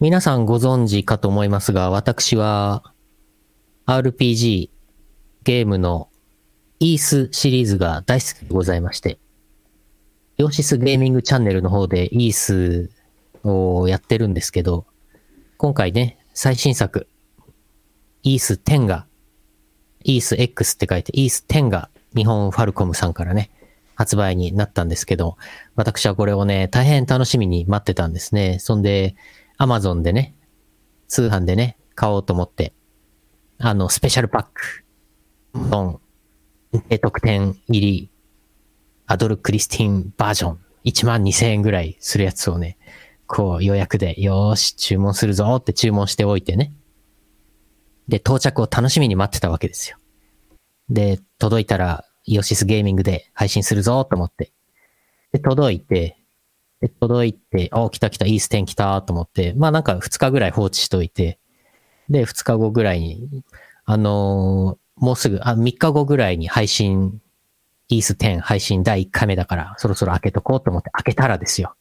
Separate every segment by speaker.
Speaker 1: 皆さんご存知かと思いますが、私は RPG ゲームのイースシリーズが大好きでございまして、ヨシスゲーミングチャンネルの方でイースをやってるんですけど、今回ね、最新作、イース10が、イース X って書いて、イース10が日本ファルコムさんからね、発売になったんですけど、私はこれをね、大変楽しみに待ってたんですね。そんで、Amazon でね、通販でね、買おうと思って、あの、スペシャルパック、ドン、え特典入り、アドル・クリスティンバージョン、1万2000円ぐらいするやつをね、こう予約で、よーし、注文するぞーって注文しておいてね。で、到着を楽しみに待ってたわけですよ。で、届いたら、イオシスゲーミングで配信するぞーと思って。で、届いて、で、届いて、おー来た来た、いいステン来たーと思って、まあなんか2日ぐらい放置しといて、で、2日後ぐらいに、あのーもうすぐ、あ、3日後ぐらいに配信、イース10配信第1回目だから、そろそろ開けとこうと思って開けたらですよ。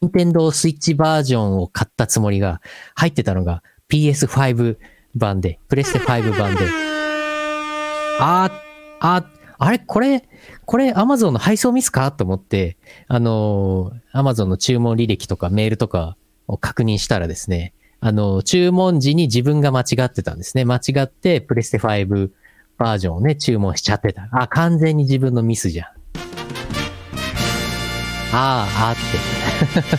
Speaker 1: 任天堂スイッチバージョンを買ったつもりが、入ってたのが PS5 版で、プレステ5版で。あー、あー、あれこれ、これ Amazon の配送ミスかと思って、あのー、Amazon の注文履歴とかメールとかを確認したらですね、あのー、注文時に自分が間違ってたんですね。間違ってプレステ5バージョンをね、注文しちゃってた。あ、完全に自分のミスじゃん。ああ、あーって。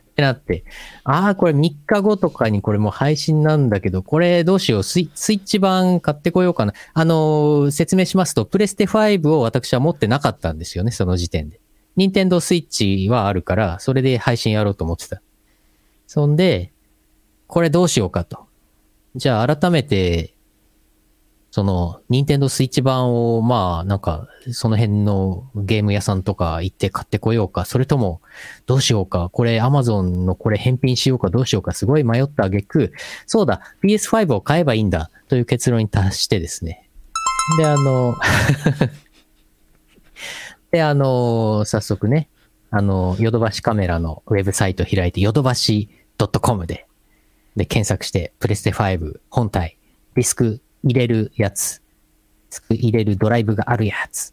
Speaker 1: ってなって、ああ、これ3日後とかにこれもう配信なんだけど、これどうしよう、スイスイッチ版買ってこようかな。あのー説明しますと、プレステ5を私は持ってなかったんですよね、その時点で。任天堂スイッチはあるから、それで配信やろうと思ってた。そんで、これどうしようかと。じゃあ改めて、その、任天堂スイッチ版を、まあ、なんか、その辺のゲーム屋さんとか行って買ってこようか、それとも、どうしようか、これ Amazon のこれ返品しようかどうしようかすごい迷った挙句、そうだ、PS5 を買えばいいんだという結論に達してですね。で、あの、で、あの、早速ね、あの、ヨドバシカメラのウェブサイトを開いて、ヨドバシ .com で、で、検索して、プレステ5本体、ディスク入れるやつ、ディスク入れるドライブがあるやつ、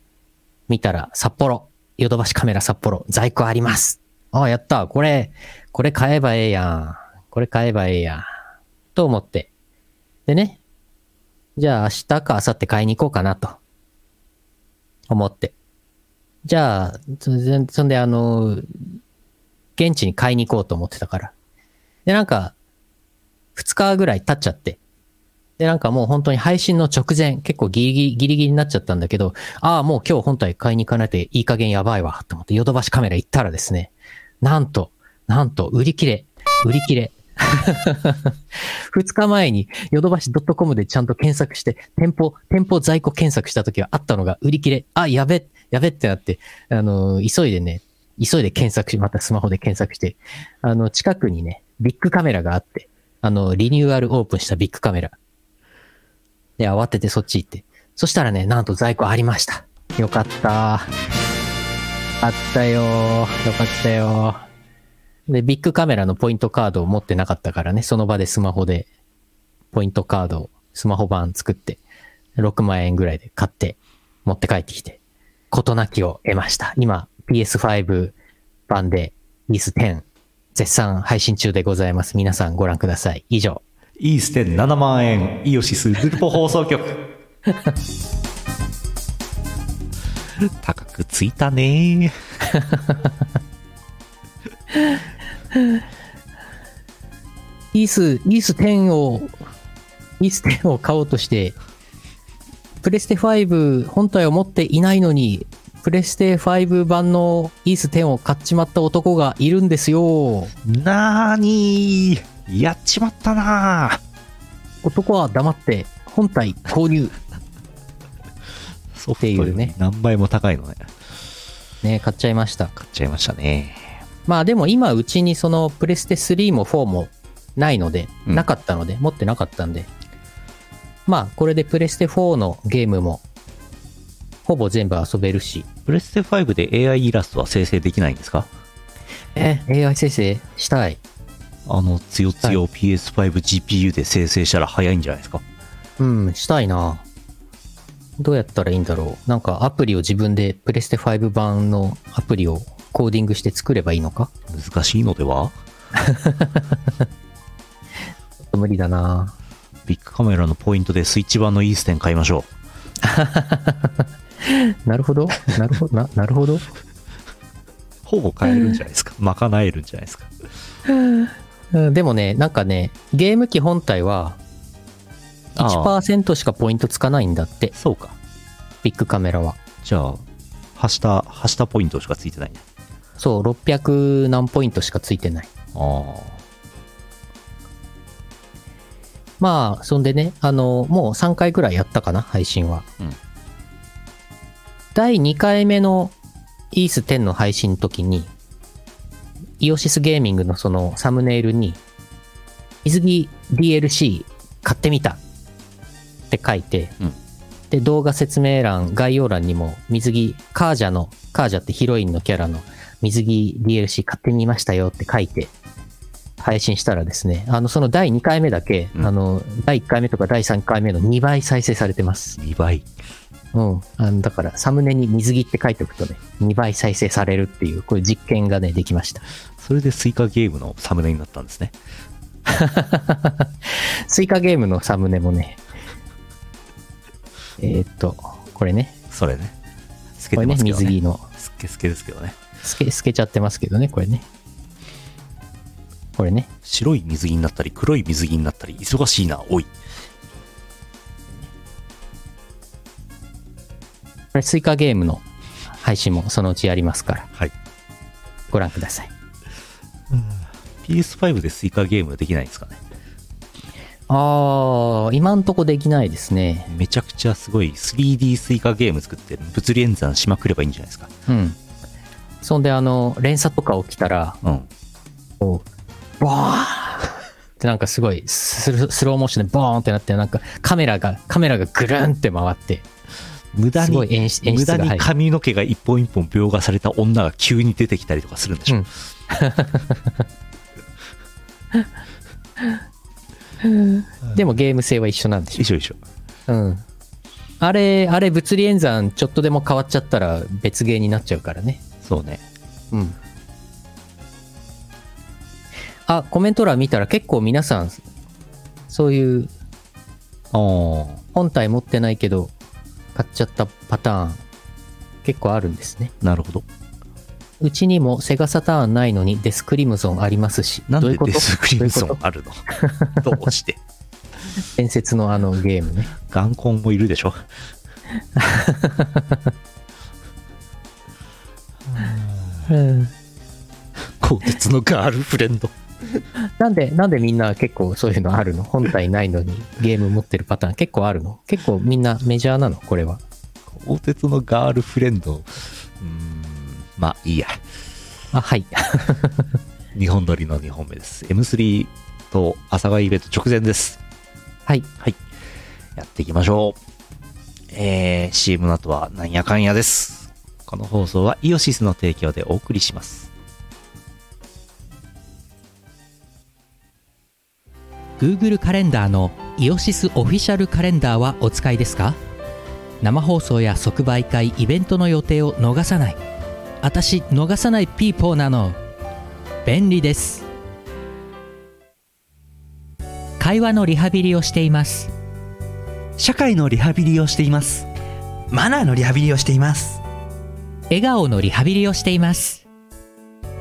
Speaker 1: 見たら、札幌、ヨドバシカメラ札幌、在庫あります。ああ、やった。これ、これ買えばええやん。これ買えばええやん。と思って。でね。じゃあ明日か明後日買いに行こうかなと。思って。じゃあ、そんそんであの、現地に買いに行こうと思ってたから。で、なんか、2日ぐらい経っちゃって。で、なんかもう本当に配信の直前、結構ギリギリ、ギリギリになっちゃったんだけど、ああ、もう今日本体買いに行かないといい加減やばいわ、と思ってヨドバシカメラ行ったらですね、なんと、なんと、売り切れ、売り切れ。2日前にヨドバシ .com でちゃんと検索して、店舗、店舗在庫検索した時はあったのが売り切れ、あ、やべ、やべってなって、あの、急いでね、急いで検索し、またスマホで検索して、あの、近くにね、ビッグカメラがあって、あの、リニューアルオープンしたビッグカメラ。で、慌ててそっち行って。そしたらね、なんと在庫ありました。よかった。あったよー。よかったよー。で、ビッグカメラのポイントカードを持ってなかったからね、その場でスマホで、ポイントカードをスマホ版作って、6万円ぐらいで買って、持って帰ってきて、事なきを得ました。今、PS5 版で、イース10、絶賛配信中でございます。皆さんご覧ください。以上。
Speaker 2: イーステン7万円、イオシスルポ放送局。高くついたね
Speaker 1: イース、イース10を、イース10を買おうとして、プレステ5本体を持っていないのに、プレステ5版のイース10を買っちまった男がいるんですよ。
Speaker 2: なーにーやっちまったなー
Speaker 1: 男は黙って本体購入。
Speaker 2: ソフ
Speaker 1: て
Speaker 2: ト
Speaker 1: い
Speaker 2: よ
Speaker 1: う
Speaker 2: り
Speaker 1: ね
Speaker 2: 何倍も高いのね。
Speaker 1: ね、買っちゃいました。
Speaker 2: 買っちゃいましたね。
Speaker 1: まあでも今うちにそのプレステ3も4もないので、
Speaker 2: うん
Speaker 1: なかったので、持ってなかったんで。まあこれでプレステ4のゲームも、ほぼ全部遊べるし、
Speaker 2: プレステ5で AI イラストは生成できないんですか
Speaker 1: え、AI 生成したい。
Speaker 2: あの、つよつよ PS5GPU で生成したら早いんじゃないですか。
Speaker 1: うん、したいな。どうやったらいいんだろう。なんかアプリを自分で、プレステ5版のアプリをコーディングして作ればいいのか
Speaker 2: 難しいのでは
Speaker 1: ちょっと無理だな。
Speaker 2: ビッグカメラのポイントでスイッチ版のイーステン買いましょ
Speaker 1: なるほど。なるほど。な なるほど。
Speaker 2: う。ほぼ買えるんじゃないですか。賄えるんじゃないですか。
Speaker 1: うんでもね、なんかね、ゲーム機本体は
Speaker 2: ああ
Speaker 1: 1%しかポイントつかないんだって、
Speaker 2: そうか。
Speaker 1: ビッグカメラは。
Speaker 2: じゃあ、はした、はしたポイントしかついてないね。
Speaker 1: そう、600何ポイントしかついてない。
Speaker 2: あ
Speaker 1: まあ、そんでね、あの、もう3回ぐらいやったかな、配信は。
Speaker 2: うん
Speaker 1: 第2回目のイース10の配信の時に、イオシスゲーミングのそのサムネイルに、水着 DLC 買ってみたって書いて、
Speaker 2: うん
Speaker 1: で、動画説明欄、概要欄にも水着、カージャの、カージャってヒロインのキャラの水着 DLC 買ってみましたよって書いて、配信したらですね、あの、その第2回目だけ、
Speaker 2: うん
Speaker 1: あの、第1回目とか第3回目の2倍再生されてます
Speaker 2: あ、。2倍。
Speaker 1: うん。あの、だから、サムネに水着って書いておくとね、2倍再生されるっていう、こういう実験がね、できました。
Speaker 2: それでスイカゲームのサムネになったんですね。
Speaker 1: スイカゲームのサムネもね、えーっと、これね、
Speaker 2: それね。透け
Speaker 1: これ
Speaker 2: て
Speaker 1: ね、
Speaker 2: ますけど
Speaker 1: 水着
Speaker 2: ね。
Speaker 1: の、
Speaker 2: すっけすけですけどね。
Speaker 1: 透け、透けちゃってますけどね、これね。これね、
Speaker 2: 白い水着になったり、黒い水着になったり、忙しいな、おい。
Speaker 1: これスイカゲームの配信もそのうちやりますから、
Speaker 2: はい。
Speaker 1: ご覧ください。
Speaker 2: PS5 でスイカゲームできないんですかね。
Speaker 1: あー、今んとこできないですね。
Speaker 2: めちゃくちゃすごい 3D スイカゲーム作って、物理演算しまくればいいんじゃないですか。
Speaker 1: うん。そんで、あの、連鎖とか起きたら、
Speaker 2: うん。
Speaker 1: こう、ボーン ってなんかすごいスロースローモーションでボーンってなって、なんかカメラが、カメラがぐるんって回って、
Speaker 2: 無駄
Speaker 1: すごい
Speaker 2: に、
Speaker 1: 演出演
Speaker 2: 無
Speaker 1: 出
Speaker 2: 駄
Speaker 1: が入る。
Speaker 2: に髪の毛が一本一本描画された女が急に出てきたりとかするんでしょ。
Speaker 1: うん でもゲーム性は一緒なんでし
Speaker 2: 一緒一緒。
Speaker 1: ょ。うん。あれ、あれ物理演算ちょっとでも変わっちゃったら別ゲーになっちゃうからね。
Speaker 2: そうね。
Speaker 1: うん。あ、コメント欄見たら結構皆さん、そういう
Speaker 2: ああ。
Speaker 1: 本体持ってないけど買っちゃったパターン結構あるんですね。
Speaker 2: なるほど。
Speaker 1: うちにもセガサターンないのにデスクリムゾンありますし、
Speaker 2: なん
Speaker 1: どうい
Speaker 2: で
Speaker 1: うこと
Speaker 2: デスクリムソ
Speaker 1: どういう
Speaker 2: ンあるの どうして
Speaker 1: こと伝説のあのゲームね。
Speaker 2: 眼根もいるでしょ。 鋼鉄のガールフレンド。
Speaker 1: なんで、なんでみんな結構そういうのあるの本体ないのにゲーム持ってるパターン結構あるの結構みんなメジャーなのこれは。
Speaker 2: 鋼鉄のガールフレンド。うーん。まあ、いいや。
Speaker 1: あ、はい。
Speaker 2: 日本撮りの2本目です。M3 と朝がイベント直前です。
Speaker 1: はい。
Speaker 2: はい。やっていきましょう。えー、CM の後はなんやかんやです。この放送はイオシスの提供でお送りします。
Speaker 3: Google カレンダーのイオシスオフィシャルカレンダーはお使いですか生放送や即売会イベントの予定を逃さない私逃さないピーポーなの便利です会話のリハビリをしています
Speaker 4: 社会のリハビリをしていますマナーのリハビリをしています
Speaker 3: 笑顔のリハビリをしています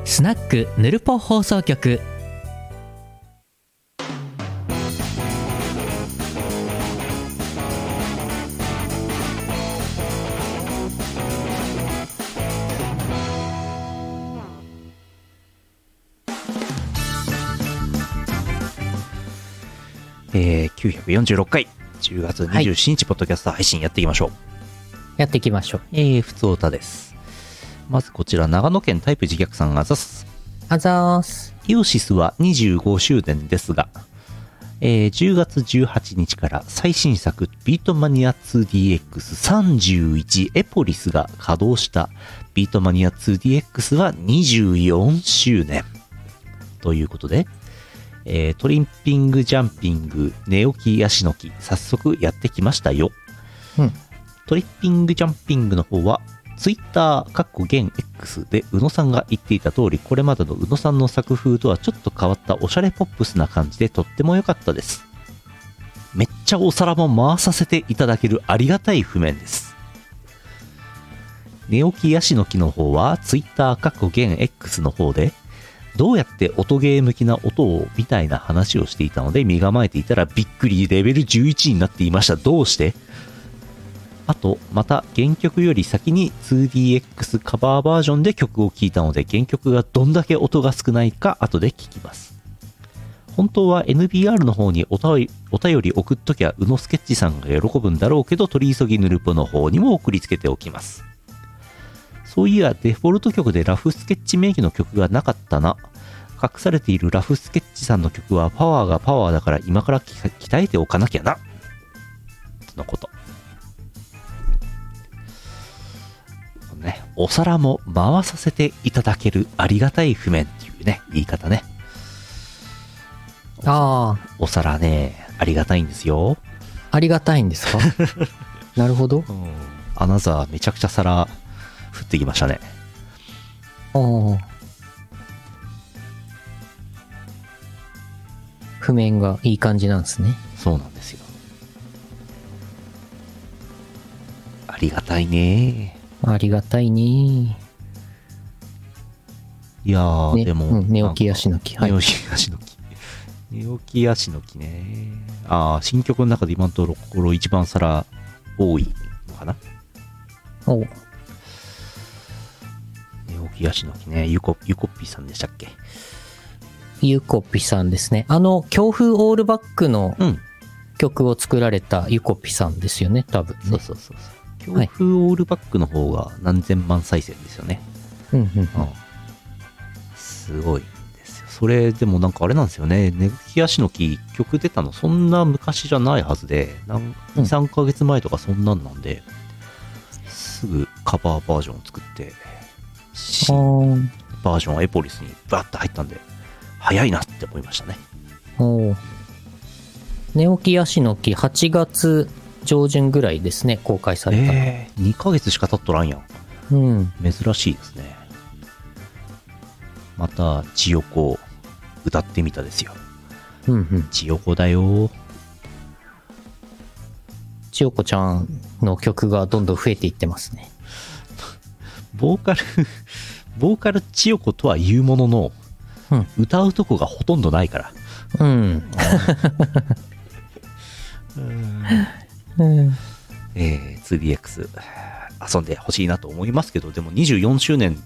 Speaker 3: スナックぬるぽ放送局
Speaker 2: えー、946回、10月27日、ポッドキャスト配信やっていきましょう。
Speaker 1: やっていきましょう。
Speaker 2: えー、ふつおたです。まずこちら、長野県タイプ自虐さんがざす。
Speaker 1: あざーす。
Speaker 2: イオシスは25周年ですが、えー10月18日から最新作ビートマニア 2DX31 エポリスが稼働したビートマニア 2DX は24周年ということで、えートリンピングジャンピング、寝起きヤシの木、早速やってきましたよ。
Speaker 1: うん
Speaker 2: トリッピングジャンピングの方は、ツイッター、かっこ現 X で、宇野さんが言っていた通り、これまでの宇野さんの作風とはちょっと変わったおしゃれポップスな感じでとっても良かったです。めっちゃお皿も回させていただけるありがたい譜面です。寝起きヤシの木の方は、ツイッター、かっこ現 X の方で、どうやって音ゲー向きな音をみたいな話をしていたので身構えていたらびっくりレベル11になっていましたどうしてあとまた原曲より先に 2DX カバーバージョンで曲を聴いたので原曲がどんだけ音が少ないか後で聞きます本当は NBR の方におたよお便り送っときゃ宇野スケッチさんが喜ぶんだろうけど取り急ぎヌルポの方にも送りつけておきますそういやデフォルト曲でラフスケッチ名義の曲がなかったな隠されているラフスケッチさんの曲はパワーがパワーだから今からき鍛えておかなきゃなとのことねお皿も回させていただけるありがたい譜面っていうね言い方ね
Speaker 1: あ
Speaker 2: お皿ねありがたいんですよ
Speaker 1: あ、ありがたいんですか なるほど。
Speaker 2: アナザーめちゃくちゃ皿振ってきましたね
Speaker 1: ああ。譜面がいい感じなんですね。
Speaker 2: そうなんですよありがたいね
Speaker 1: ありがたいね。
Speaker 2: いやー、
Speaker 1: ね
Speaker 2: でも、
Speaker 1: うん寝起きヤシの木はい
Speaker 2: 寝起きヤシの木。寝起きヤシの木ね。ああ、新曲の中で今のところ一番皿多いのかな。
Speaker 1: お
Speaker 2: 寝起きヤシの木ね。ゆこ、ゆこっぴーさんでしたっけ
Speaker 1: ゆこぴさんですね。あの、強風オールバックの
Speaker 2: うん。
Speaker 1: 曲を作られたゆこぴさんですよね、多分ね。
Speaker 2: そうそうそうそう。
Speaker 1: はい
Speaker 2: 強風オールバックの方が何千万再生ですよね。
Speaker 1: うんうんうん。
Speaker 2: すごいですよ。それでもなんかあれなんですよね。寝起きヤシの木曲出たのそんな昔じゃないはずで、なん
Speaker 1: うん
Speaker 2: 2、3ヶ月前とかそんなんなんで、すぐカバーバージョンを作って、新
Speaker 1: あ
Speaker 2: バージョンはエポリスにバッと入ったんで、早いなって思いましたね。
Speaker 1: あ。おー寝起きヤシの木、8月上旬ぐらいですね、公開されたの。
Speaker 2: えー、2ヶ月しか経っとらんやん。
Speaker 1: うん。
Speaker 2: 珍しいですね。また、千代子、歌ってみたですよ。
Speaker 1: うんうん。
Speaker 2: 千代子だよ。
Speaker 1: 千代子ちゃんの曲がどんどん増えていってますね。
Speaker 2: ボーカル、 ボーカル千代子とは言うものの、
Speaker 1: うん
Speaker 2: 歌うとこがほとんどないから。
Speaker 1: うん。
Speaker 2: えー、2DX、遊んでほしいなと思いますけど、でも24周年、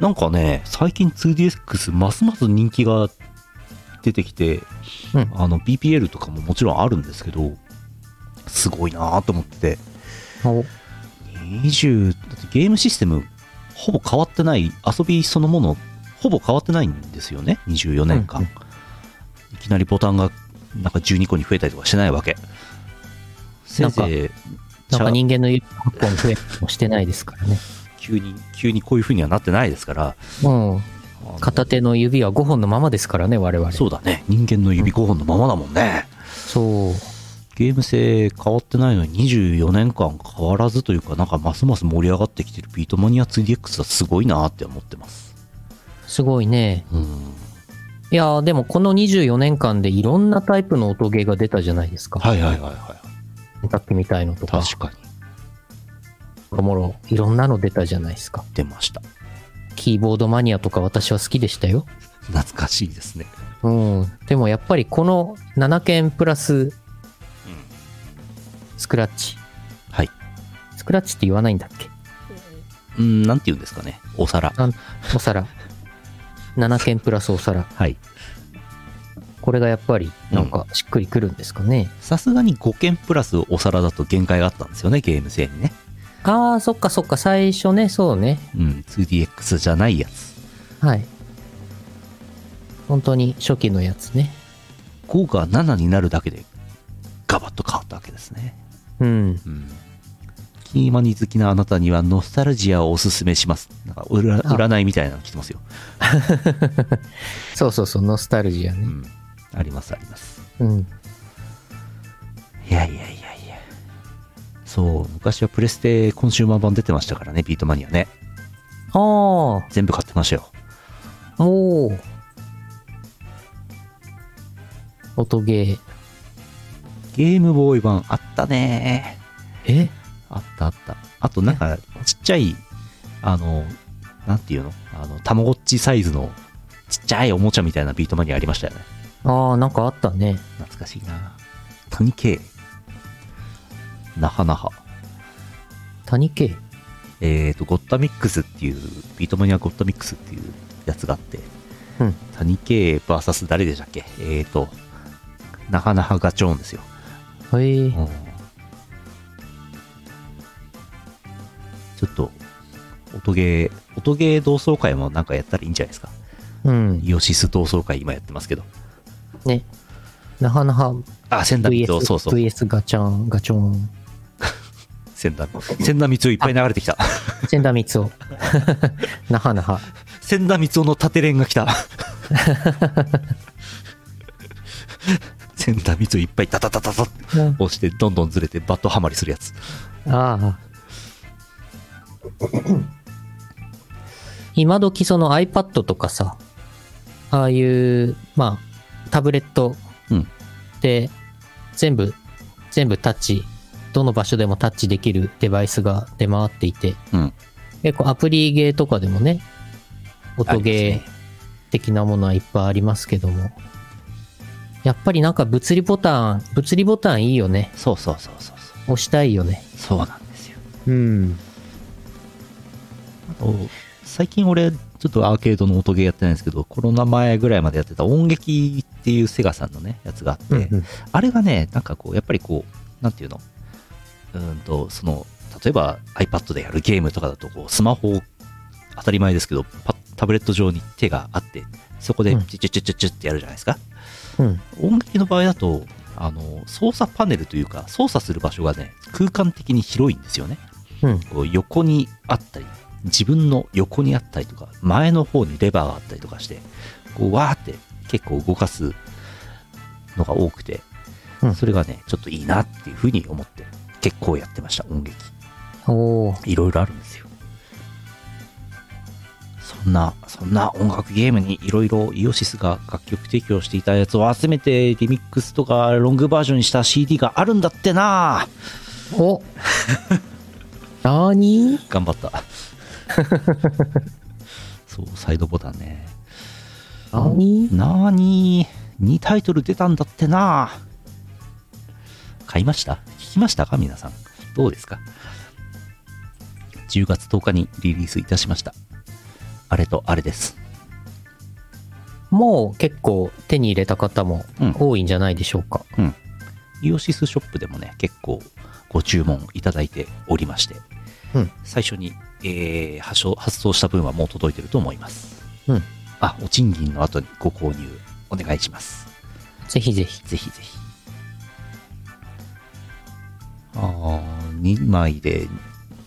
Speaker 2: なんかね、最近 2DX、ますます人気が出てきて、
Speaker 1: うん
Speaker 2: あの、BPL とかももちろんあるんですけど、すごいなと思ってて、
Speaker 1: お
Speaker 2: 20だってゲームシステムほぼ変わってない遊びそのものほぼ変わってないんですよね24年間、
Speaker 1: うん
Speaker 2: いきなりボタンがなんか12個に増えたりとかしてないわけせい
Speaker 1: なんか
Speaker 2: ぜい
Speaker 1: なんか
Speaker 2: チャ
Speaker 1: 人間の指8本増えたりもしてないですからね。
Speaker 2: 急に急にこういう風にはなってないですから
Speaker 1: うん。
Speaker 2: あの
Speaker 1: 片手の指は5本のままですからね、我々。
Speaker 2: そうだね人間の指5本のままだもんね、
Speaker 1: そう。
Speaker 2: ゲーム性変わってないのに24年間変わらずというかなんかますます盛り上がってきてるビートマニア 2DX はすごいなって思ってます
Speaker 1: すごいね。
Speaker 2: うん
Speaker 1: いやーでもこの24年間でいろんなタイプの音ゲーが出たじゃないですか。
Speaker 2: はいはいはいはい
Speaker 1: さっきみたいのとか、
Speaker 2: 確かに
Speaker 1: もろもろいろんなの出たじゃないですか。
Speaker 2: 出ました
Speaker 1: キーボードマニアとか私は好きでしたよ。
Speaker 2: 懐かしいですね
Speaker 1: うん。でもやっぱりこの7件プラス、スクラッチ。
Speaker 2: はい
Speaker 1: スクラッチって言わないんだっけ
Speaker 2: うんなんて言うんですかねお皿
Speaker 1: なんお皿。7件プラスお皿。
Speaker 2: はい
Speaker 1: これがやっぱりなんかしっくりくるんですかね。
Speaker 2: さすがに5件プラスお皿だと限界があったんですよねゲーム性にね
Speaker 1: ああ、そっかそっか。最初ね、そうね。
Speaker 2: うん 2DX じゃないやつ
Speaker 1: はい。本当に初期のやつね。
Speaker 2: 5が7になるだけでガバッと変わったわけですね
Speaker 1: うん。
Speaker 2: うんキーマニ好きなあなたにはノスタルジアをおすすめしますなんかうら
Speaker 1: あ
Speaker 2: 占いみたいなの来てますよ、
Speaker 1: そうそうそう、ノスタルジア
Speaker 2: う
Speaker 1: ね。
Speaker 2: んありますあります
Speaker 1: うん。
Speaker 2: いやいやいやいやそう昔はプレステコンシューマー版出てましたからねビートマニアね
Speaker 1: ああ、お
Speaker 2: 全部買ってましたよ
Speaker 1: おー。音ゲー。
Speaker 2: ゲームボーイ版あったね
Speaker 1: え
Speaker 2: あったあったあとなんかちっちゃいあのなんていうのあのたまごっちサイズのちっちゃいおもちゃみたいなビートマニアありましたよね
Speaker 1: ああ、なんかあったね。
Speaker 2: 懐かしいな谷系なはなは
Speaker 1: 谷系。
Speaker 2: えー、と、ゴッタミックスっていう、ビートマニアゴッタミックスっていうやつがあって、
Speaker 1: うん
Speaker 2: 谷圭 VS 誰でしたっけえー、と、なかなかガチョーンですよ。
Speaker 1: へえ
Speaker 2: うんちょっと、音ゲー、音ゲー同窓会もなんかやったらいいんじゃないですか。
Speaker 1: うん。
Speaker 2: イオシス同窓会今やってますけど。
Speaker 1: ね。なはなは
Speaker 2: あ、千田光
Speaker 1: VS
Speaker 2: 雄、そうそう。
Speaker 1: VS ガチャン、ガチョン。
Speaker 2: 千田、千田光雄いっぱい流れてきた。
Speaker 1: 千田光雄。 なはなは。
Speaker 2: 千田光雄の縦連が来た千田光雄いっぱいタタタタタって
Speaker 1: うん
Speaker 2: 押してどんどんずれてバットハマりするやつ
Speaker 1: ああ。今時その iPad とかさ、ああいう、まあ、タブレット
Speaker 2: うん
Speaker 1: で、全部、全部タッチ、どの場所でもタッチできるデバイスが出回っていて、
Speaker 2: うん
Speaker 1: 結構アプリゲーとかでもね、音
Speaker 2: あり
Speaker 1: ゲ
Speaker 2: ま
Speaker 1: ー的なものはいっぱいありますけども、やっぱりなんか物理ボタン、物理ボタンいいよね。
Speaker 2: そうそうそうそうそ
Speaker 1: 押したいよね。
Speaker 2: うそうなんですよ
Speaker 1: うん。
Speaker 2: 最近俺ちょっとアーケードの音ゲーやってないんですけどコロナ前ぐらいまでやってた音劇っていうセガさんのねやつがあって、
Speaker 1: うんうん
Speaker 2: あれがねなんかこうやっぱりこうなんていうのうーんとその例えば iPad でやるゲームとかだとこうスマホ当たり前ですけどパタブレット上に手があってそこで
Speaker 1: うん
Speaker 2: チュチュチュチュチュってやるじゃないですか、
Speaker 1: うん。
Speaker 2: 音楽の場合だとあの操作パネルというか操作する場所がね空間的に広いんですよね
Speaker 1: うん。
Speaker 2: こう横にあったり自分の横にあったりとか前の方にレバーがあったりとかしてこうわーって結構動かすのが多くて、
Speaker 1: うん
Speaker 2: それがねちょっといいなっていうふうに思って結構やってました音劇
Speaker 1: おお。
Speaker 2: いろいろあるんですよそんなそんな音楽ゲームにいろいろイオシスが楽曲提供していたやつを集めてリミックスとかロングバージョンにした CD があるんだってな
Speaker 1: お なーに
Speaker 2: 頑張った そうサイドボタンね
Speaker 1: なに
Speaker 2: なーに2タイトル出たんだってな買いました聞きましたか皆さんどうですか10月10日にリリースいたしましたあれとあれです
Speaker 1: もう結構手に入れた方も
Speaker 2: うん
Speaker 1: 多いんじゃないでしょうか。
Speaker 2: イオシスショップでもね結構ご注文いただいておりまして、
Speaker 1: うん
Speaker 2: 最初に、えー発送発送した分はもう届いてると思います
Speaker 1: うん
Speaker 2: あお賃金の後にご購入お願いします
Speaker 1: ぜひぜひ。
Speaker 2: ぜひぜひ。ああ、2枚で、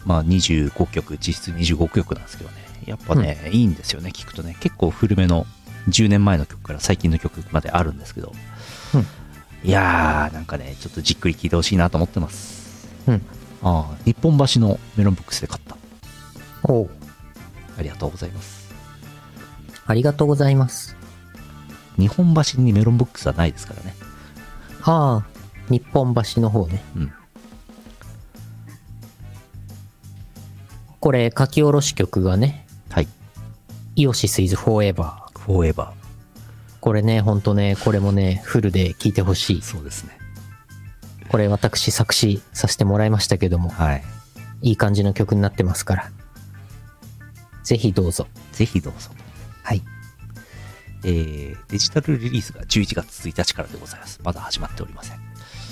Speaker 2: まあ25曲、実質25曲なんですけどね。やっぱね、いいんですよね、聞くとね。結構古めの、10年前の曲から最近の曲まであるんですけど。
Speaker 1: うん
Speaker 2: いやー、なんかね、ちょっとじっくり聴いてほしいなと思ってます。
Speaker 1: うん
Speaker 2: ああ、日本橋のメロンブックスで買った。
Speaker 1: おう
Speaker 2: ありがとうございます。
Speaker 1: ありがとうございます。
Speaker 2: 日本橋にメロンブックスはないですからね。
Speaker 1: ああ、日本橋の方ね。
Speaker 2: うん
Speaker 1: これ、書き下ろし曲がね、
Speaker 2: はい。
Speaker 1: イオシスイズフォーエバー。
Speaker 2: フォーエバー。
Speaker 1: これね、ほんとね、これもね、フルで聴いてほしい。
Speaker 2: そうですね。
Speaker 1: これ私作詞させてもらいましたけども、
Speaker 2: はい。
Speaker 1: いい感じの曲になってますから。ぜひどうぞ。
Speaker 2: ぜひどうぞ。
Speaker 1: はい。
Speaker 2: えーデジタルリリースが11月1日からでございます。まだ始まっておりません。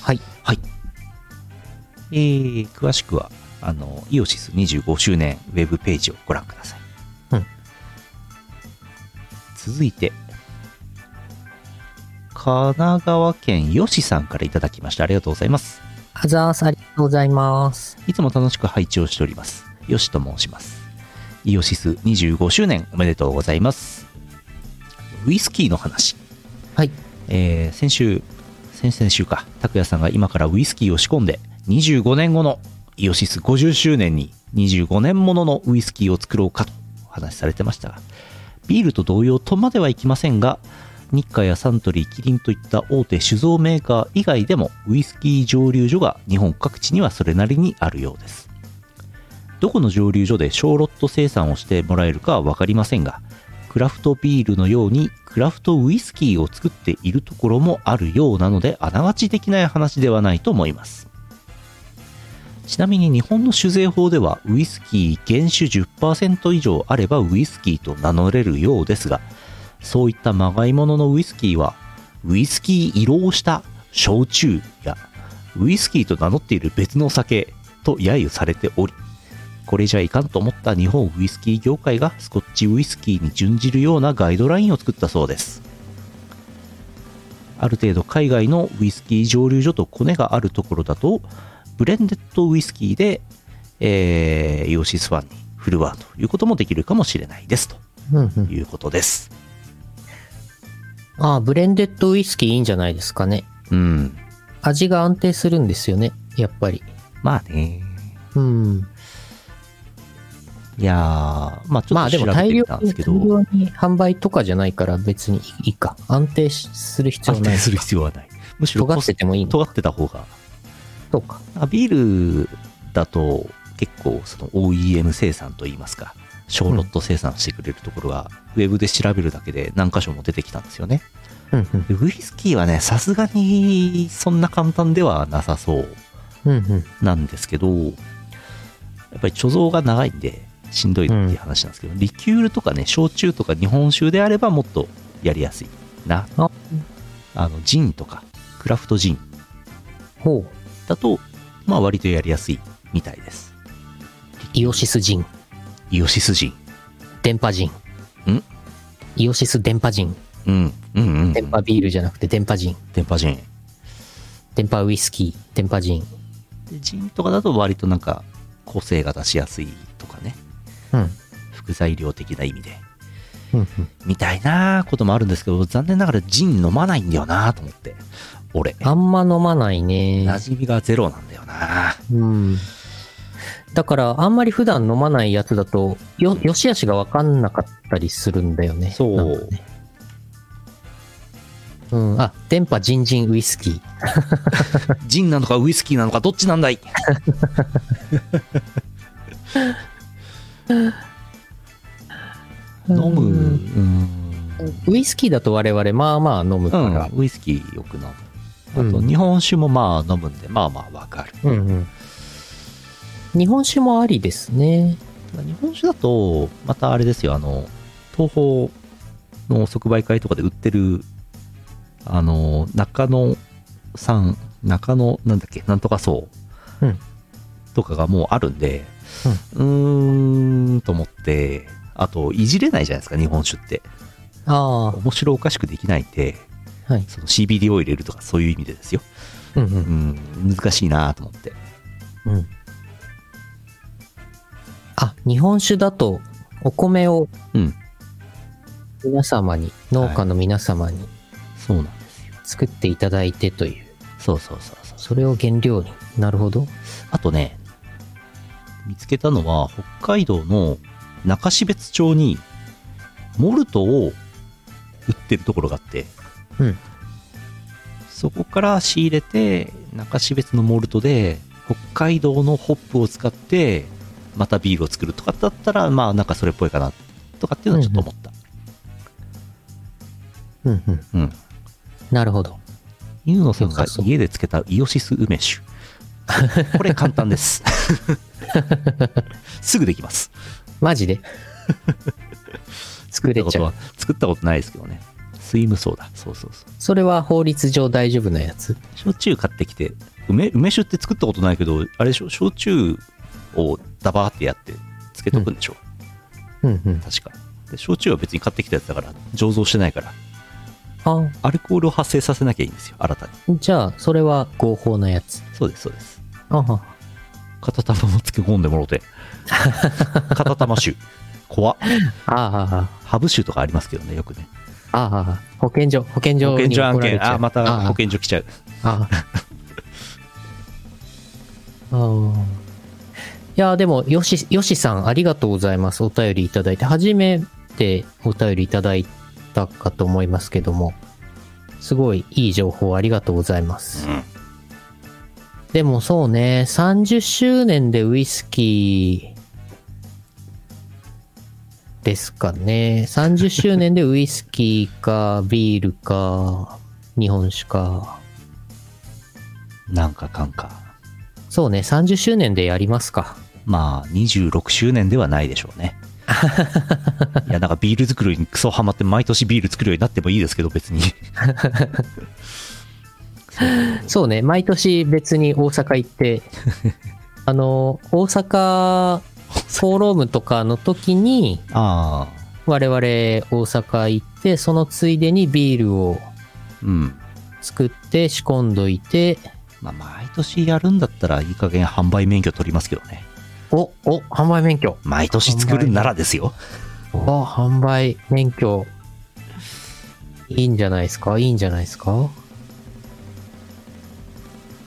Speaker 1: はい。
Speaker 2: はい。えー詳しくは、あの、イオシス25周年ウェブページをご覧ください。
Speaker 1: うん
Speaker 2: 続いて、神奈川県よしさんからいただきました。ありがとうございます。
Speaker 1: あざーす、ありがとうございます。
Speaker 2: いつも楽しく拝聴しております。よしと申します。イオシス25周年おめでとうございます。ウイスキーの話。
Speaker 1: はい。
Speaker 2: えー先週、先々週か、拓也さんが今からウイスキーを仕込んで、25年後のイオシス50周年に25年もののウイスキーを作ろうかとお話しされてましたが、ビールと同様とまではいきませんが、日課やサントリー、キリンといった大手酒造メーカー以外でもウイスキー蒸留所が日本各地にはそれなりにあるようです。どこの蒸留所で小ロット生産をしてもらえるかは分かりませんが、クラフトビールのようにクラフトウイスキーを作っているところもあるようなので、あながちできない話ではないと思います。ちなみに日本の酒税法ではウイスキー原酒10%以上あればウイスキーと名乗れるようですが、そういったまがいもののウイスキーは、ウイスキー色をした焼酎や、ウイスキーと名乗っている別の酒と揶揄されており、これじゃいかんと思った日本ウイスキー業界がスコッチウイスキーに準じるようなガイドラインを作ったそうです。ある程度海外のウイスキー蒸留所とコネがあるところだと、ブレンデッドウイスキーで、えー、イオシスファンに振るわうということもできるかもしれないですと
Speaker 1: うんうん。
Speaker 2: いうことです。
Speaker 1: ああ、ブレンデッドウイスキーいいんじゃないですかね。
Speaker 2: うん。
Speaker 1: 味が安定するんですよね、やっぱり。
Speaker 2: まあね。
Speaker 1: うん。
Speaker 2: いやー、まあちょ
Speaker 1: ま
Speaker 2: っ
Speaker 1: あ
Speaker 2: と
Speaker 1: でも
Speaker 2: 調べ
Speaker 1: 大
Speaker 2: てみ
Speaker 1: 量
Speaker 2: たんで
Speaker 1: に
Speaker 2: すけど、
Speaker 1: 大量に販売とかじゃないから別にいいか。安定しする必要
Speaker 2: 安
Speaker 1: ない
Speaker 2: 定。する必要はない。むしろ
Speaker 1: 尖
Speaker 2: コ
Speaker 1: っ
Speaker 2: ス
Speaker 1: ててもいいの
Speaker 2: 尖ってた方が。
Speaker 1: とか。
Speaker 2: あビールだと結構その OEM 生産といいますか、小ロット生産してくれるところが、ウェブで調べるだけで何箇所も出てきたんですよね。
Speaker 1: うんうん
Speaker 2: でウイスキーはね、さすがにそんな簡単ではなさそう。
Speaker 1: うんうん。
Speaker 2: なんですけど、やっぱり貯蔵が長いんで、しんどいっていう話なんですけど、リキュールとかね、焼酎とか日本酒であればもっとやりやすいな。
Speaker 1: あ
Speaker 2: あの、ジンとか、クラフトジン
Speaker 1: ほう。
Speaker 2: だと、まあ割とやりやすいみたいです。
Speaker 1: イオシス人。
Speaker 2: イオシスジン。
Speaker 1: 電波人。
Speaker 2: ん
Speaker 1: イオシス電波人。
Speaker 2: うん、うん、うん。
Speaker 1: 電波ビールじゃなくて電波人。
Speaker 2: 電波ジン。
Speaker 1: 電波ウイスキー。電波人。
Speaker 2: でジンとかだと割となんか、個性が出しやすいとかね、
Speaker 1: うん。
Speaker 2: 副材料的な意味で。
Speaker 1: うんうん。
Speaker 2: みたいなこともあるんですけど、残念ながらジン飲まないんだよなと思って。俺。
Speaker 1: あんま飲まないね。
Speaker 2: 馴染みがゼロなんだよな
Speaker 1: うん。だから、あんまり普段飲まないやつだと、よ、よしあしがわかんなかったりするんだよね。
Speaker 2: そう
Speaker 1: なんかねうん。あ、電波ジンジンウイスキー。
Speaker 2: ジンなのかウイスキーなのかどっちなんだい飲むうん、
Speaker 1: ウイスキーだと我々、まあまあ飲むから。
Speaker 2: ウイスキーよく飲むあ
Speaker 1: うん
Speaker 2: と日本酒もまあ飲むんでまあまあわかる、
Speaker 1: うん、うん、日本酒もありですね。
Speaker 2: 日本酒だとまたあれですよあの東宝の即売会とかで売ってるあの中野さん中野なんだっけなんとかそう、
Speaker 1: うん
Speaker 2: とかがもうあるんでうーんと思ってあといじれないじゃないですか日本酒って
Speaker 1: あ
Speaker 2: 面白おかしくできないんで
Speaker 1: あ、はい。
Speaker 2: その CBD を入れるとかそういう意味でですよ
Speaker 1: うんう。
Speaker 2: うんん難しいなと思って
Speaker 1: うん。あ、日本酒だと、お米を
Speaker 2: うん
Speaker 1: 皆様に、農家の皆様に
Speaker 2: そうなんですよ
Speaker 1: 作っていただいてという。
Speaker 2: そうそうそうそう
Speaker 1: それを原料に。なるほど。
Speaker 2: あとね、見つけたのは、北海道の中標津町に、モルトを売ってるところがあって、
Speaker 1: うん
Speaker 2: そこから仕入れて、中標津のモルトで、北海道のホップを使って、またビールを作るとかだったら、まあなんかそれっぽいかな、とかっていうのはちょっと思った。
Speaker 1: うんうん。
Speaker 2: うん。
Speaker 1: なるほど。
Speaker 2: ゆうのさんが
Speaker 1: よかそう
Speaker 2: 家でつけたイオシス梅酒。これ簡 単です。 すぐできます。
Speaker 1: マジで作れ
Speaker 2: 作っ
Speaker 1: ちゃう
Speaker 2: たことは。作ったことないですけどねスイムソーダそうそうそう
Speaker 1: それは法律上大丈夫なやつ
Speaker 2: 焼酎買ってきて梅梅酒って作ったことないけどあれでしょ焼酎をダバーってやってつけとくんでしょ、
Speaker 1: うんうん。
Speaker 2: 確かで焼酎は別に買ってきたやつだから醸造してないから
Speaker 1: あ、
Speaker 2: アルコールを発生させなきゃいいんですよ新たに
Speaker 1: じゃあ、それは合法なやつ。
Speaker 2: そうですそうです
Speaker 1: あは。
Speaker 2: 片玉も漬け込んでも ろて片玉酒怖っ
Speaker 1: ああ
Speaker 2: ハブ酒とかありますけどねよくね
Speaker 1: あああ、保健所、保健所
Speaker 2: 保
Speaker 1: に
Speaker 2: 健所案
Speaker 1: 怒られ
Speaker 2: 件
Speaker 1: ちゃう
Speaker 2: あまた
Speaker 1: あ
Speaker 2: 保健所来ちゃう
Speaker 1: あ あああいや、でも、よし、よしさん、ありがとうございます。お便りいただいて、初めてお便りいただいたかと思いますけども、すごいいい情報ありがとうございます。
Speaker 2: うん
Speaker 1: でもそうね、30周年でウイスキーですかね。30周年でウイスキーか、ビールか、日本酒か。
Speaker 2: なんかかんか
Speaker 1: そうね、30周年でやりますか。
Speaker 2: まあ26周年ではないでしょう ねいやなんかビール作りにクソハマって毎年ビール作るようになってもいいですけど別に
Speaker 1: そうね、毎年別に大阪行 って、あの、大阪フォーロームとかの時に、
Speaker 2: あ
Speaker 1: 我々大阪行って、そのついでにビールを
Speaker 2: あうん
Speaker 1: 作って仕込んどいて、
Speaker 2: まあ毎年やるんだったらいい加減販売免許取りますけどね
Speaker 1: お、お、販売免許。
Speaker 2: 毎年作るならですよ
Speaker 1: あ、販売免許。いいんじゃないですかいいんじゃないですか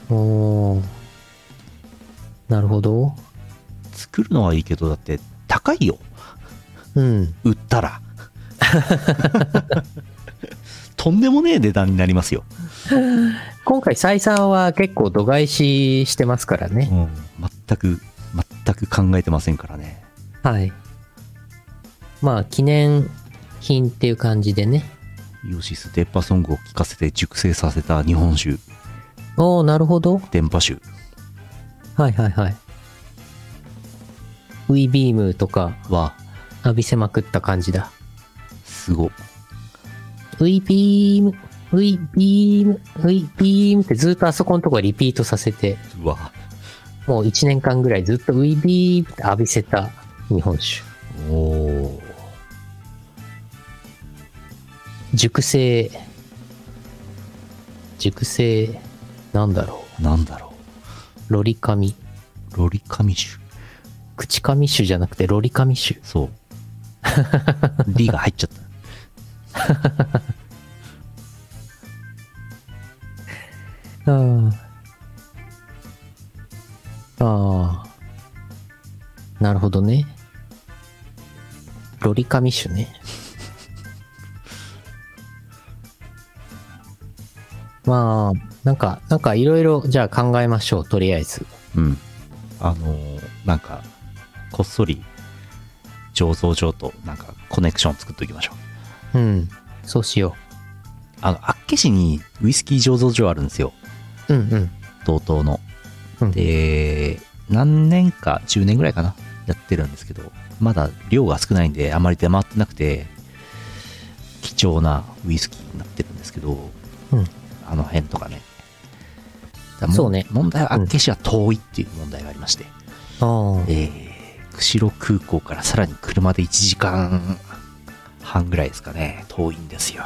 Speaker 1: おー。なるほど。
Speaker 2: 作るのはいいけどだって高いよ
Speaker 1: うん。
Speaker 2: 売った らとんでもねえ値段になりますよ、
Speaker 1: 今回、採算は結構度外視してますからね。
Speaker 2: うん、全く全く考えてませんからね
Speaker 1: はい。まあ、記念品っていう感じでね。
Speaker 2: イオシス電波ソングを聴かせて熟成させた日本酒
Speaker 1: おー、なるほど。
Speaker 2: 電波酒
Speaker 1: はいはいはい。ウィビームとか
Speaker 2: は
Speaker 1: 浴びせまくった感じだ。
Speaker 2: すご
Speaker 1: ウィビーム、ウィビーム、ウィビームってずっとあそこのとこリピートさせて、
Speaker 2: うわ
Speaker 1: もう1年間ぐらいずっとウィビームって浴びせた日本酒。
Speaker 2: おお
Speaker 1: 熟成、熟成、なんだろ
Speaker 2: なんだろ
Speaker 1: う。ロリカミ。
Speaker 2: うロリカミ酒
Speaker 1: 口カミ酒じゃなくてロリカミ酒。
Speaker 2: そう リが入っちゃった
Speaker 1: ああ。ああ。なるほどね。ロリカミ酒ね。 まあ、なんか、なんかいろいろ、じゃあ考えましょう、とりあえず。
Speaker 2: うんあのーなんかこっそり醸造所となんかコネクション作っておきましょう
Speaker 1: うん。そうしよ
Speaker 2: あの、厚岸にウイスキー醸造所あるんですよ。
Speaker 1: う。うん
Speaker 2: 道東の。
Speaker 1: うん。、
Speaker 2: で、何年か、10年ぐらいかな、やってるんですけど、まだ量が少ないんで、あまり出回ってなくて、貴重なウイスキーになってるんですけど、
Speaker 1: うん
Speaker 2: あの辺とかね。だも
Speaker 1: そうね
Speaker 2: 問題は
Speaker 1: うん
Speaker 2: 厚岸は遠いっていう問題がありまして、
Speaker 1: ああ。
Speaker 2: えー釧路空港からさらに車で1時間半ぐらいですかね、遠いんですよ。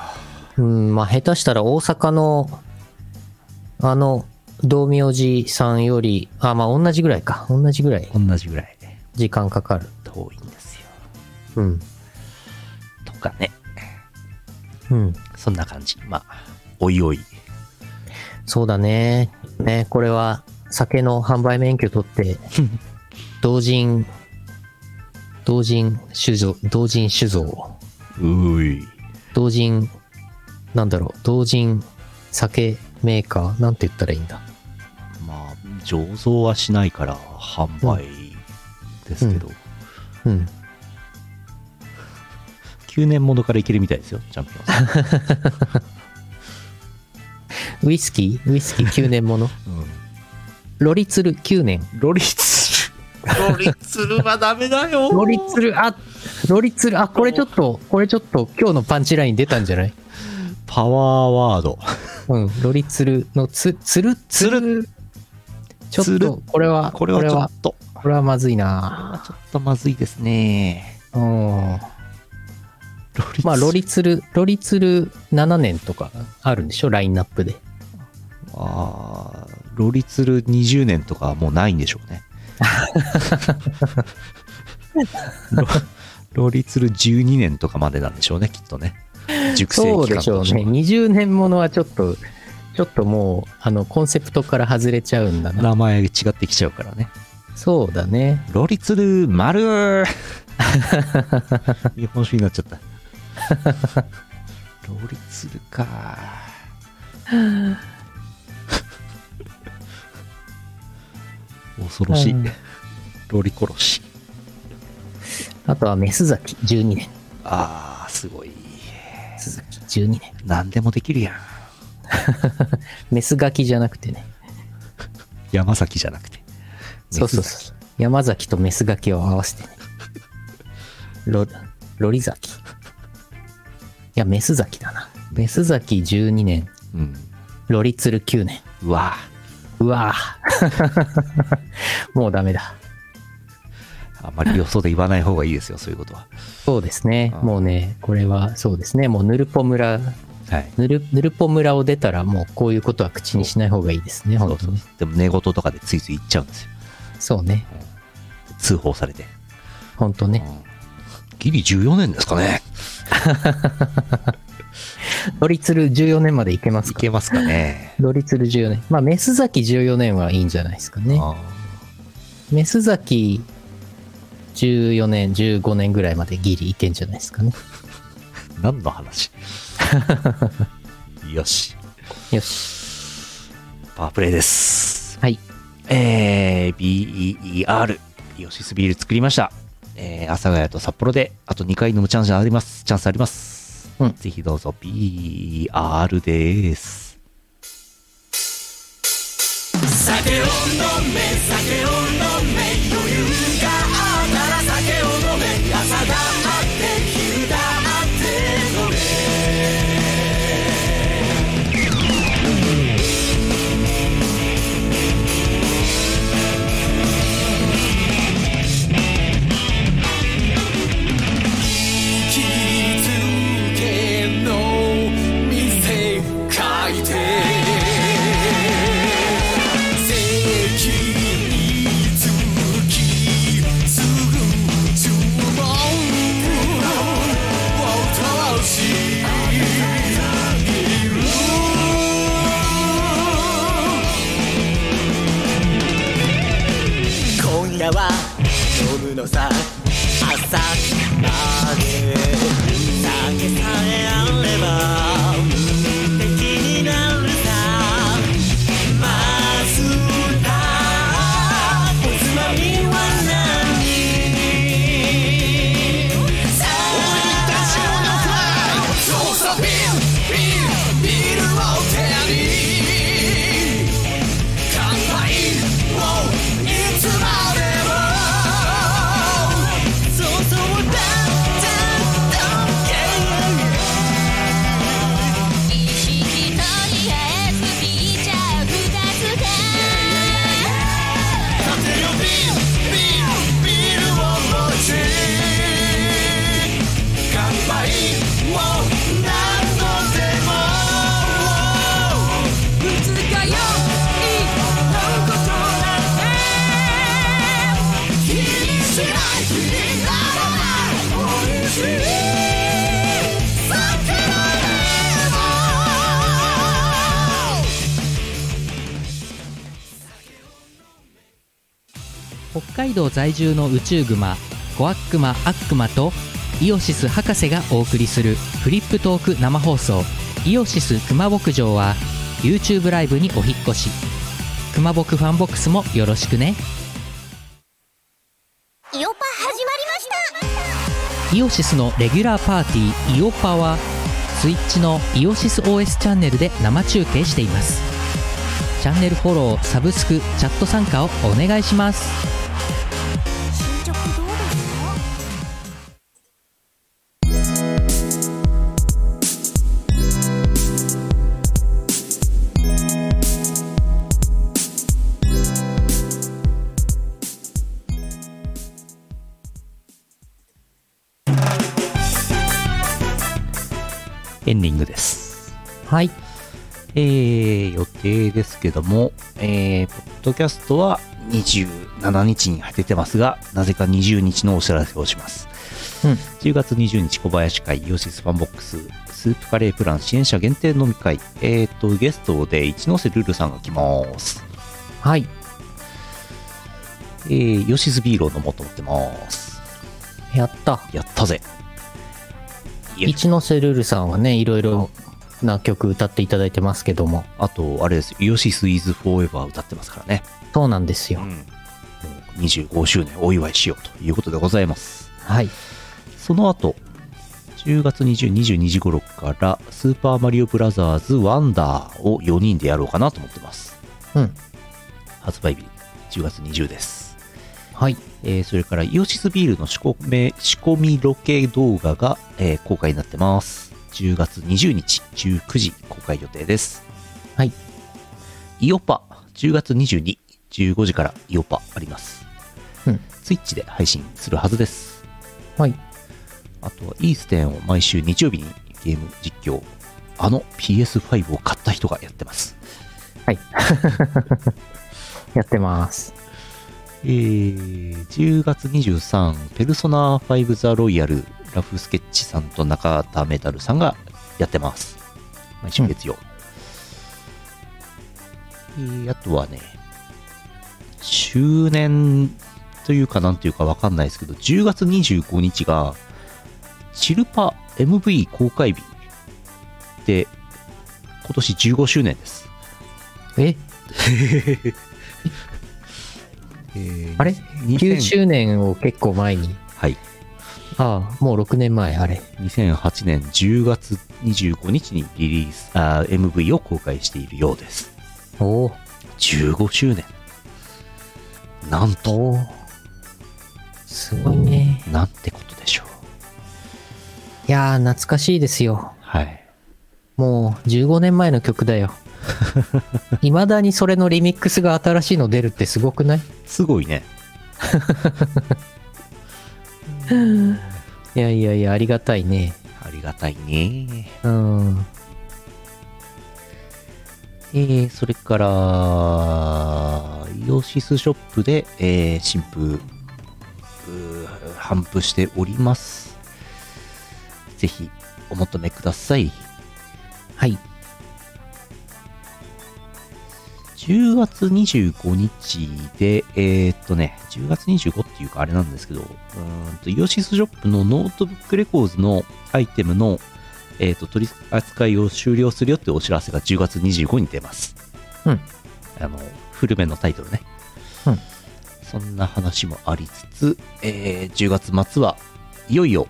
Speaker 1: うん、まあ、下手したら大阪の、あの、道明寺さんより、あ、まあ、同じぐらいか。同じぐらい
Speaker 2: 同じぐらい
Speaker 1: 時間かかる。
Speaker 2: 遠いんですよ。
Speaker 1: うん。
Speaker 2: とかね。
Speaker 1: うん。
Speaker 2: そんな感じ。まあ、おいおい。
Speaker 1: そうだね。ね、これは、酒の販売免許取 って、同人、同人酒造、同人酒造、
Speaker 2: うい。
Speaker 1: 同人、なんだろう、同人酒メーカー、なんて言ったらいいんだ。
Speaker 2: まあ、醸造はしないから販売ですけど、
Speaker 1: うん。
Speaker 2: 9年ものからいけるみたいですよ、チャンピオン さん。
Speaker 1: ウイスキーウイスキー9年も の。ロリツル9年。
Speaker 2: ロリツル。ロリツルはダメだよ。
Speaker 1: ロリツル、あ、ロリツル、あ、これちょっと、これちょっと今日のパンチライン出たんじゃない
Speaker 2: パワーワード。
Speaker 1: うん、ロリツルのつ、つる、つる。ちょっ
Speaker 2: つる
Speaker 1: と、これは、
Speaker 2: これはちょっと、
Speaker 1: これはまずいな
Speaker 2: ちょっとまずいですね。
Speaker 1: うん。
Speaker 2: ロリツル。
Speaker 1: まあ、ロリツル、ロリツル7年とかあるんでしょラインナップで。
Speaker 2: あーロリツル20年とかはもうないんでしょうね。ロロリツル12年とかまでなんでしょうね、きっとね。熟成
Speaker 1: そう
Speaker 2: 期
Speaker 1: で
Speaker 2: 間
Speaker 1: しょう
Speaker 2: として
Speaker 1: ね。
Speaker 2: は
Speaker 1: 20年ものはちょっと、ちょっともう、あの、コンセプトから外れちゃうんだな。
Speaker 2: 名前違ってきちゃうからね
Speaker 1: そうだね。
Speaker 2: ロリツル丸 日本酒になっちゃったロリツルか恐ろしい、
Speaker 1: うん
Speaker 2: ロリ殺し
Speaker 1: あとは、メス崎12年。
Speaker 2: あーすごい
Speaker 1: 鈴木12年。
Speaker 2: 何でもできるやん
Speaker 1: メスガキじゃなくてね。
Speaker 2: 山崎じゃなくて
Speaker 1: そうそうそう。山崎とメスガキを合わせてね。ロ、ロリザキ。いや、メスザキだな。メスザキ12年、
Speaker 2: うん
Speaker 1: ロリツル9年。
Speaker 2: うわ
Speaker 1: うわぁ。 もうダメだ。
Speaker 2: あんまりよそで言わない方がいいですよそういうことは
Speaker 1: そうですね。
Speaker 2: あ
Speaker 1: もうね、これはそうですね。もうヌルポ村、
Speaker 2: はい
Speaker 1: ヌルヌルポ村を出たらもうこういうことは口にしない方がいいですね。
Speaker 2: そ
Speaker 1: 本
Speaker 2: う
Speaker 1: 当
Speaker 2: そう
Speaker 1: に。
Speaker 2: でも寝言とかでついつい言っちゃうんですよ
Speaker 1: そうね。
Speaker 2: 通報されて
Speaker 1: 本当ね。
Speaker 2: ギリ14年ですかね
Speaker 1: ロリツル14年までいけます
Speaker 2: い
Speaker 1: か
Speaker 2: けますかね
Speaker 1: ロリツル14年。まあ、メスザキ14年はいいんじゃないですかね。
Speaker 2: あ
Speaker 1: メスザキ14年、15年ぐらいまでギリいけんじゃないですかね。
Speaker 2: ー何の話 よし
Speaker 1: よし。
Speaker 2: パワープレイです
Speaker 1: はい。
Speaker 2: えー、BEER イオシスビール作りましたえー、阿佐ヶ谷と札幌であと2回飲むチャンスありますチャンスあります、
Speaker 1: うん
Speaker 2: ぜひどうぞ BER です
Speaker 5: 気づけの店書いて席につきすぐ注文を通している今夜は飲むのさ朝まで酒さえあれば無敵になるさまずはおつまみは何さあ俺たちのフライそうさビールビールビールを手に乾杯をいつまでもそうそうだったんだけ
Speaker 6: 意識とリアスピーチャー二つが
Speaker 5: 勝てるビールビールビールを持ち乾杯を何度でも
Speaker 6: 二日酔いのことなんて気にしない気にならない美味しい酒のレモン
Speaker 3: 北海道在住の宇宙グマコアックマアックマとイオシス博士がお送りするフリップトーク生放送「イオシス熊牧場」は YouTube ライブにお引っ越し熊牧ファンボックスもよろしくね
Speaker 6: イオパ始まりました
Speaker 3: イオシスのレギュラーパーティー「イオパ」はスイッチのイオシス OS チャンネルで生中継していますチャンネルフォローサブスクチャット参加をお願いします
Speaker 6: 進捗どうですか
Speaker 2: エンディングです
Speaker 3: はい
Speaker 2: えー、予定ですけども、えー、ポッドキャストは27日に出てますが、なぜか20日のお知らせをします。
Speaker 3: うん
Speaker 2: 10月20日小林会イオシスファンボックススープカレープラン支援者限定飲み会えっ、とゲストで一ノ瀬ルルさんが来ます
Speaker 3: はい
Speaker 2: えー、ヨシスビーローの元持ってます
Speaker 1: やった。
Speaker 2: やったぜいや
Speaker 1: 一ノ瀬ルルさんはね、いろいろな曲歌っていただいてますけども、
Speaker 2: あとあれですイオシスイズフォーエバー歌ってますからね
Speaker 1: そうなんですよ。
Speaker 2: うん、25周年お祝いしようということでございます
Speaker 1: はい。
Speaker 2: その後10月20、22時頃から、スーパーマリオブラザーズワンダーを4人でやろうかなと思ってます。
Speaker 1: うん。
Speaker 2: 発売日、10月20です。
Speaker 1: はい。
Speaker 2: えーそれから、イオシスビールの仕込め仕込みロケ動画が、えー公開になってます。10月20日、19時公開予定です。
Speaker 1: はい。
Speaker 2: イオパ、10月22、15時からイオパあります。
Speaker 1: うん。
Speaker 2: ツイッチで配信するはずです。
Speaker 1: はい。
Speaker 2: あとはイーステンを毎週日曜日にゲーム実況、あの PS5 を買った人がやってます。
Speaker 1: はい。やってます。
Speaker 2: えー、10月23、ペルソナ5ザロイヤル、ラフスケッチさんと中田メタルさんがやってます。毎週月曜。えーあとはね、周年というかなんというかわかんないですけど、10月25日が、チルパ MV 公開日で、今年15周年です。
Speaker 1: え、
Speaker 2: えー
Speaker 1: あれ
Speaker 2: 2000
Speaker 1: 9周年を結構前に。
Speaker 2: はい。
Speaker 1: ああ、もう6年前、あれ。
Speaker 2: 2008年10月25日にリリース、あー MV を公開しているようです。
Speaker 1: おお、
Speaker 2: 15周年。なんと、
Speaker 1: おお。すごいね。
Speaker 2: なんてことでしょう。
Speaker 1: いやー、懐かしいですよ。
Speaker 2: はい。
Speaker 1: もう15年前の曲 だよ。未だにそれのリミックスが新しいの出るってすごくない
Speaker 2: すごいね。
Speaker 1: いやいやいや、ありがたいね。
Speaker 2: ありがたいね。
Speaker 1: うん。
Speaker 2: えー、それから、イオシスショップで、えー、新風、うー販布しております。ぜひ、お求めください。
Speaker 1: はい。
Speaker 2: 10月25日で、えーっとね、10月25っていうかあれなんですけど、うーんと、イオシスショップのノートブックレコーズのアイテムの、えーっと、取り扱いを終了するよってお知らせが10月25に出ます。
Speaker 1: うん。
Speaker 2: あの、古めのタイトルね。
Speaker 1: うん。
Speaker 2: そんな話もありつつ、えー10月末はいよいよ、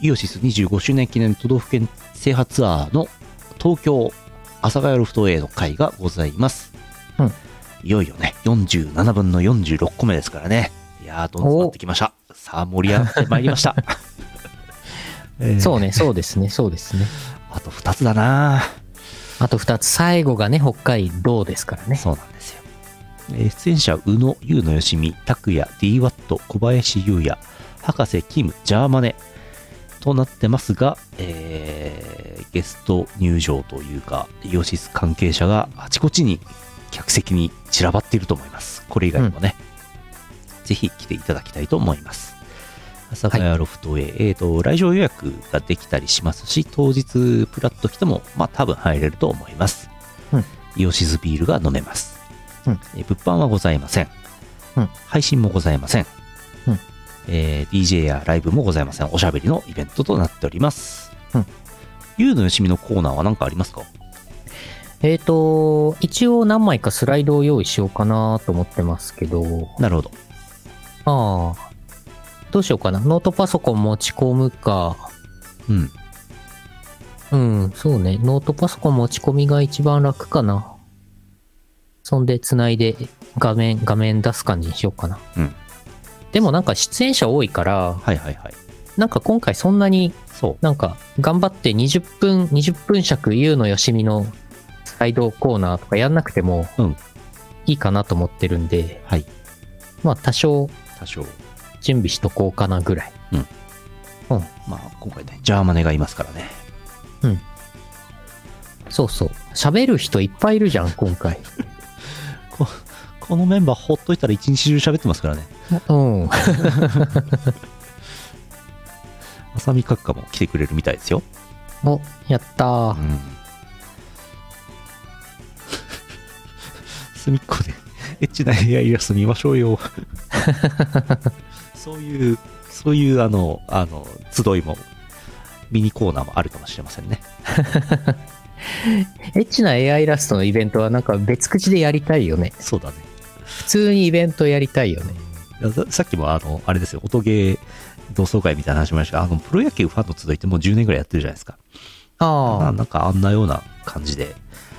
Speaker 2: イオシス25周年記念都道府県制覇ツアーの東京阿佐ヶ谷ロフト A の会がございます。
Speaker 1: うん
Speaker 2: いよいよね、47分の46個目ですからね。いやー、どんどんなってきました。さあ、盛り上がってまいり ました。 えー
Speaker 1: そうね、そうですね、そうですね。
Speaker 2: あと2つだな
Speaker 1: あと2つ、最後がね、北海道ですからね。
Speaker 2: そうなんですよ。えー出演者、宇野、優野よしみ、拓也、DWAT、小林優也、博士、キム、ジャーマネとなってますが、えーゲスト入場というか、イオシス関係者があちこちに客席に散らばっていると思います。これ以外もね、ぜひ来ていただきたいと思います。阿佐ヶ谷ロフトへ、えーと、来場予約ができたりしますし、当日プラッと来ても、まあ多分入れると思います。イオシスビールが飲めます、
Speaker 1: うん
Speaker 2: えー物販はございません、
Speaker 1: うん
Speaker 2: 配信もございません、
Speaker 1: うん
Speaker 2: えー DJ やライブもございませんおしゃべりのイベントとなっております、
Speaker 1: うん
Speaker 2: ゆうのよしみのコーナーは何かありますか
Speaker 1: えっ、と、一応何枚かスライドを用意しようかなと思ってますけど、
Speaker 2: なるほど
Speaker 1: ああ、どうしようかな。ノートパソコン持ち込むか。
Speaker 2: うん
Speaker 1: うん、そうね。ノートパソコン持ち込みが一番楽かな。そんで、つないで画面、画面出す感じにしようかな。
Speaker 2: うん
Speaker 1: でもなんか出演者多いから、
Speaker 2: はいはいはい
Speaker 1: なんか今回そんなに
Speaker 2: そう
Speaker 1: なんか頑張って20分、20分尺、ゆうのよしみのスライドコーナーとかやんなくても
Speaker 2: うん
Speaker 1: いいかなと思ってるんで、
Speaker 2: はい
Speaker 1: まあ多少
Speaker 2: 多少
Speaker 1: 準備しとこうかなぐらい。
Speaker 2: まあ今回ねジャーマネがいますからね
Speaker 1: そうそう。喋る人いっぱいいるじゃん、今回。
Speaker 2: ここのメンバーほっといたら一日中喋ってますからね
Speaker 1: うん。
Speaker 2: ハサミ閣下も来てくれるみたいですよ。
Speaker 1: お、やったー
Speaker 2: う。ん。 隅っこで、エッチな AI イラスト見ましょう よ。そういう、そういう、あの、あの、集いも、ミニコーナーもあるかもしれませんね。
Speaker 1: エッチな AI イラストのイベントはなんか別口でやりたいよね。
Speaker 2: そうだね。
Speaker 1: 普通にイベントやりたいよね。
Speaker 2: いやささっきもあの、あれですよ、音ゲー同窓会みたいな話しましたが、あの、プロ野球ファンの集いってもう10年ぐらいやってるじゃないですか。まあ
Speaker 1: ああ、
Speaker 2: なんかあんなような感じで、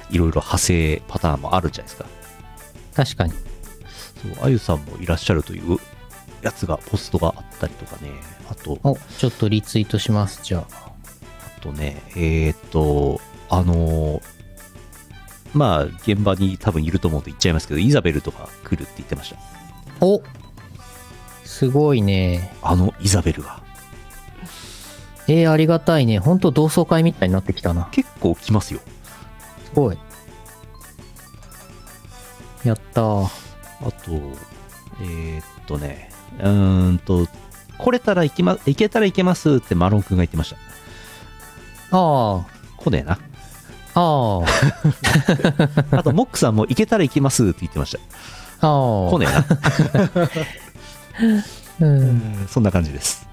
Speaker 2: いろいろ派生パターンもあるじゃないですか。
Speaker 1: 確かに。
Speaker 2: そう、あゆさんもいらっしゃるというやつが、ポストがあったりとかね、あと、
Speaker 1: お、ちょっとリツイートします、じゃあ。
Speaker 2: あとね、えーっと、あのーまあ、現場に多分いると思うんで言っちゃいますけど、イザベルとか来るって言ってました。
Speaker 1: おすごいね。
Speaker 2: あのイザベルが。
Speaker 1: えー、ありがたいね。ほんと同窓会みたいになってきたな。
Speaker 2: 結構来ますよ。
Speaker 1: すごい。やったー。
Speaker 2: あと、えーっとね、うーんと、来れたら行きま、行けたら行けますってマロン君が言ってました。
Speaker 1: あ
Speaker 2: 来ね えな。
Speaker 1: あ、ああ、
Speaker 2: あと、モックさんも行けたら行きますって言ってました。
Speaker 1: ああ。
Speaker 2: 来ねえな。
Speaker 1: うん。
Speaker 2: そんな感じです。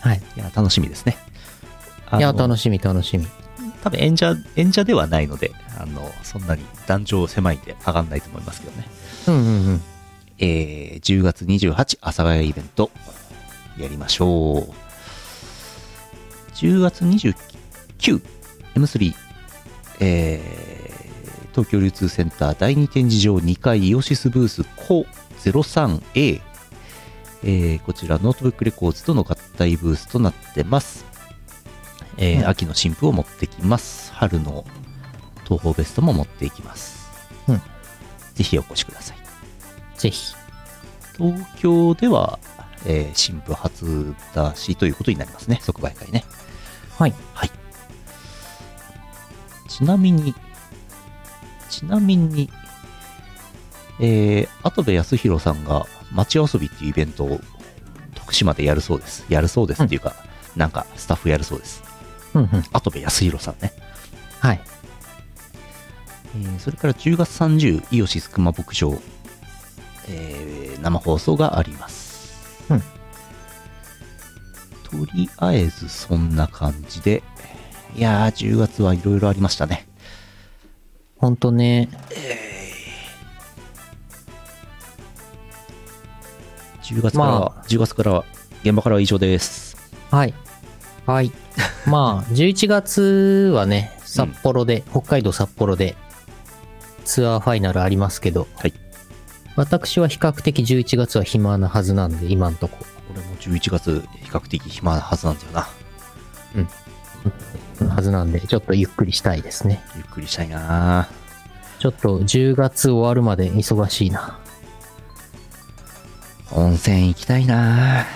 Speaker 1: はい。
Speaker 2: いや、楽しみですね。
Speaker 1: いや、
Speaker 2: し
Speaker 1: 楽しみ、楽しみ。
Speaker 2: 多分演者、演者ではないので、あの、そんなに壇上狭いんで上がんないと思いますけどね。
Speaker 1: うんうんうん。
Speaker 2: えー、10月28、阿佐ヶ谷イベント、やりましょう。10月29、M3、えー、東京流通センター第2展示場2階イオシスブースコ 03A、えー、こちらノートブックレコーズとの合体ブースとなってます。えー
Speaker 1: うん
Speaker 2: 秋の新譜を持ってきます。春の東宝ベストも持っていきます。
Speaker 1: うん
Speaker 2: ぜひお越しください。
Speaker 1: ぜひ。
Speaker 2: 東京では、えー新聞初出しということになりますね、即売会ね。
Speaker 1: はい。
Speaker 2: ちなみに、ちなみに、えー、跡部康弘さんが街遊びっていうイベントを徳島でやるそうです。やるそうですっていうか、なんかスタッフやるそうです。
Speaker 1: うんうん。
Speaker 2: 跡部康弘さんね。
Speaker 1: はい。
Speaker 2: えーそれから10月30、イオシスクマ牧場、えー生放送があります。
Speaker 1: うん
Speaker 2: とりあえずそんな感じで、いやー、10月はいろいろありましたね。
Speaker 1: ほんとね。
Speaker 2: 10月からは、
Speaker 1: ま
Speaker 2: 10月からは、現場からは以上です。
Speaker 1: はい。はい。 まあ、11月はね、札幌で、北海道札幌で、ツアーファイナルありますけど、
Speaker 2: はい
Speaker 1: 私は比較的11月は暇なはずなんで、今んとこ。
Speaker 2: 俺も11月、比較的暇なはずなんだよな。
Speaker 1: はずなんで、ちょっとゆっくりしたいですね。
Speaker 2: ゆっくりしたいな
Speaker 1: ちょっと10月終わるまで忙しいな。
Speaker 2: 温泉行きたいな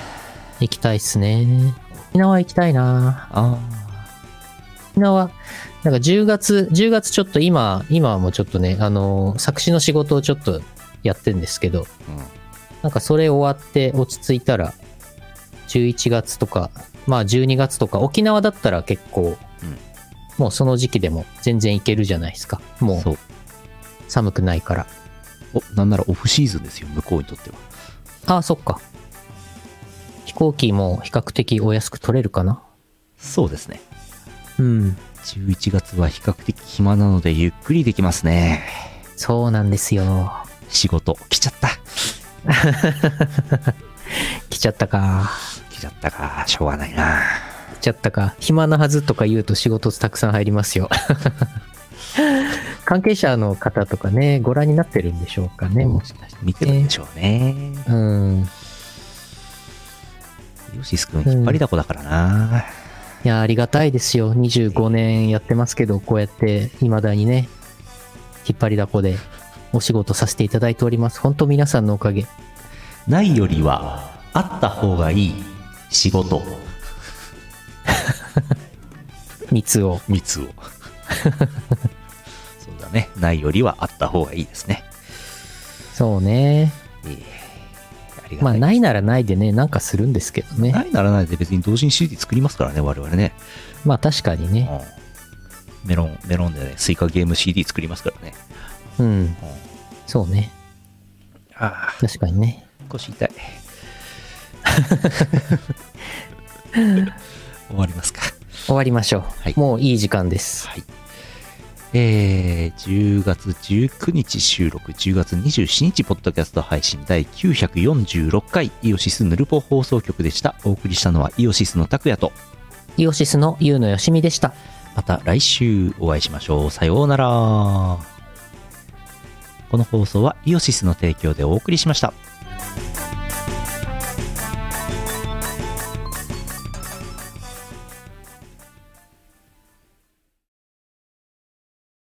Speaker 1: 行きたいっすね。沖縄行きたいな。
Speaker 2: あ
Speaker 1: 沖縄、なんか10月、10月ちょっと今、今はもうちょっとね、あのー作詞の仕事をちょっとやってんですけど、
Speaker 2: ー、うん。
Speaker 1: なんかそれ終わって落ち着いたら、11月とか、まあ12月とか、沖縄だったら結構、
Speaker 2: うん
Speaker 1: もうその時期でも全然行けるじゃないですか。もう
Speaker 2: そう。
Speaker 1: 寒くないから。
Speaker 2: お、なんならオフシーズンですよ、向こうにとっては。
Speaker 1: ああ、そっか。飛行機も比較的お安く取れるかな。
Speaker 2: そうですね。
Speaker 1: うん。
Speaker 2: 11月は比較的暇なのでゆっくりできますね。
Speaker 1: そうなんですよ。
Speaker 2: 仕事、来ちゃった。
Speaker 1: 来ちゃったか。
Speaker 2: 来ちゃったか、しょうがないな。
Speaker 1: 来ちゃったか。暇なはずとか言うと仕事たくさん入りますよ。 関係者の方とかね、ご覧になってるんでしょうかね、もしかして。
Speaker 2: 見てるんでしょうね。
Speaker 1: うん。
Speaker 2: ヨシス君、引っ張りだこだからな。
Speaker 1: いや、ありがたいですよ。25年やってますけど、こうやって、未だにね、引っ張りだこでお仕事させていただいております。本当皆さんのおかげ。
Speaker 2: ないよりは、あった方がいい仕事、
Speaker 1: 密を。
Speaker 2: 密を。そうだね。ないよりはあった方がいいですね。
Speaker 1: そうね。
Speaker 2: ええありが
Speaker 1: ま
Speaker 2: た
Speaker 1: あ、
Speaker 2: い。
Speaker 1: ないならないでね、なんかするんですけどね。
Speaker 2: ないならないで別に同時に CD 作りますからね、我々ね。
Speaker 1: まあ、確かにね。
Speaker 2: うんメロン、メロンでね、スイカゲーム CD 作りますからね。
Speaker 1: うん。
Speaker 2: うん
Speaker 1: そうね。
Speaker 2: ああ、
Speaker 1: 確かにね。
Speaker 2: 腰痛い。終わりますか。
Speaker 1: 終わりましょう。
Speaker 2: はい
Speaker 1: もういい時間です。
Speaker 2: はい。えー、10月19日収録、10月27日、ポッドキャスト配信第946回、イオシスヌルポ放送局でした。お送りしたのはイオシスの拓也と、
Speaker 1: イオシスのゆうのよしみでした。
Speaker 2: また来週お会いしましょう。さようなら。この放送はイオシスの提供でお送りしました。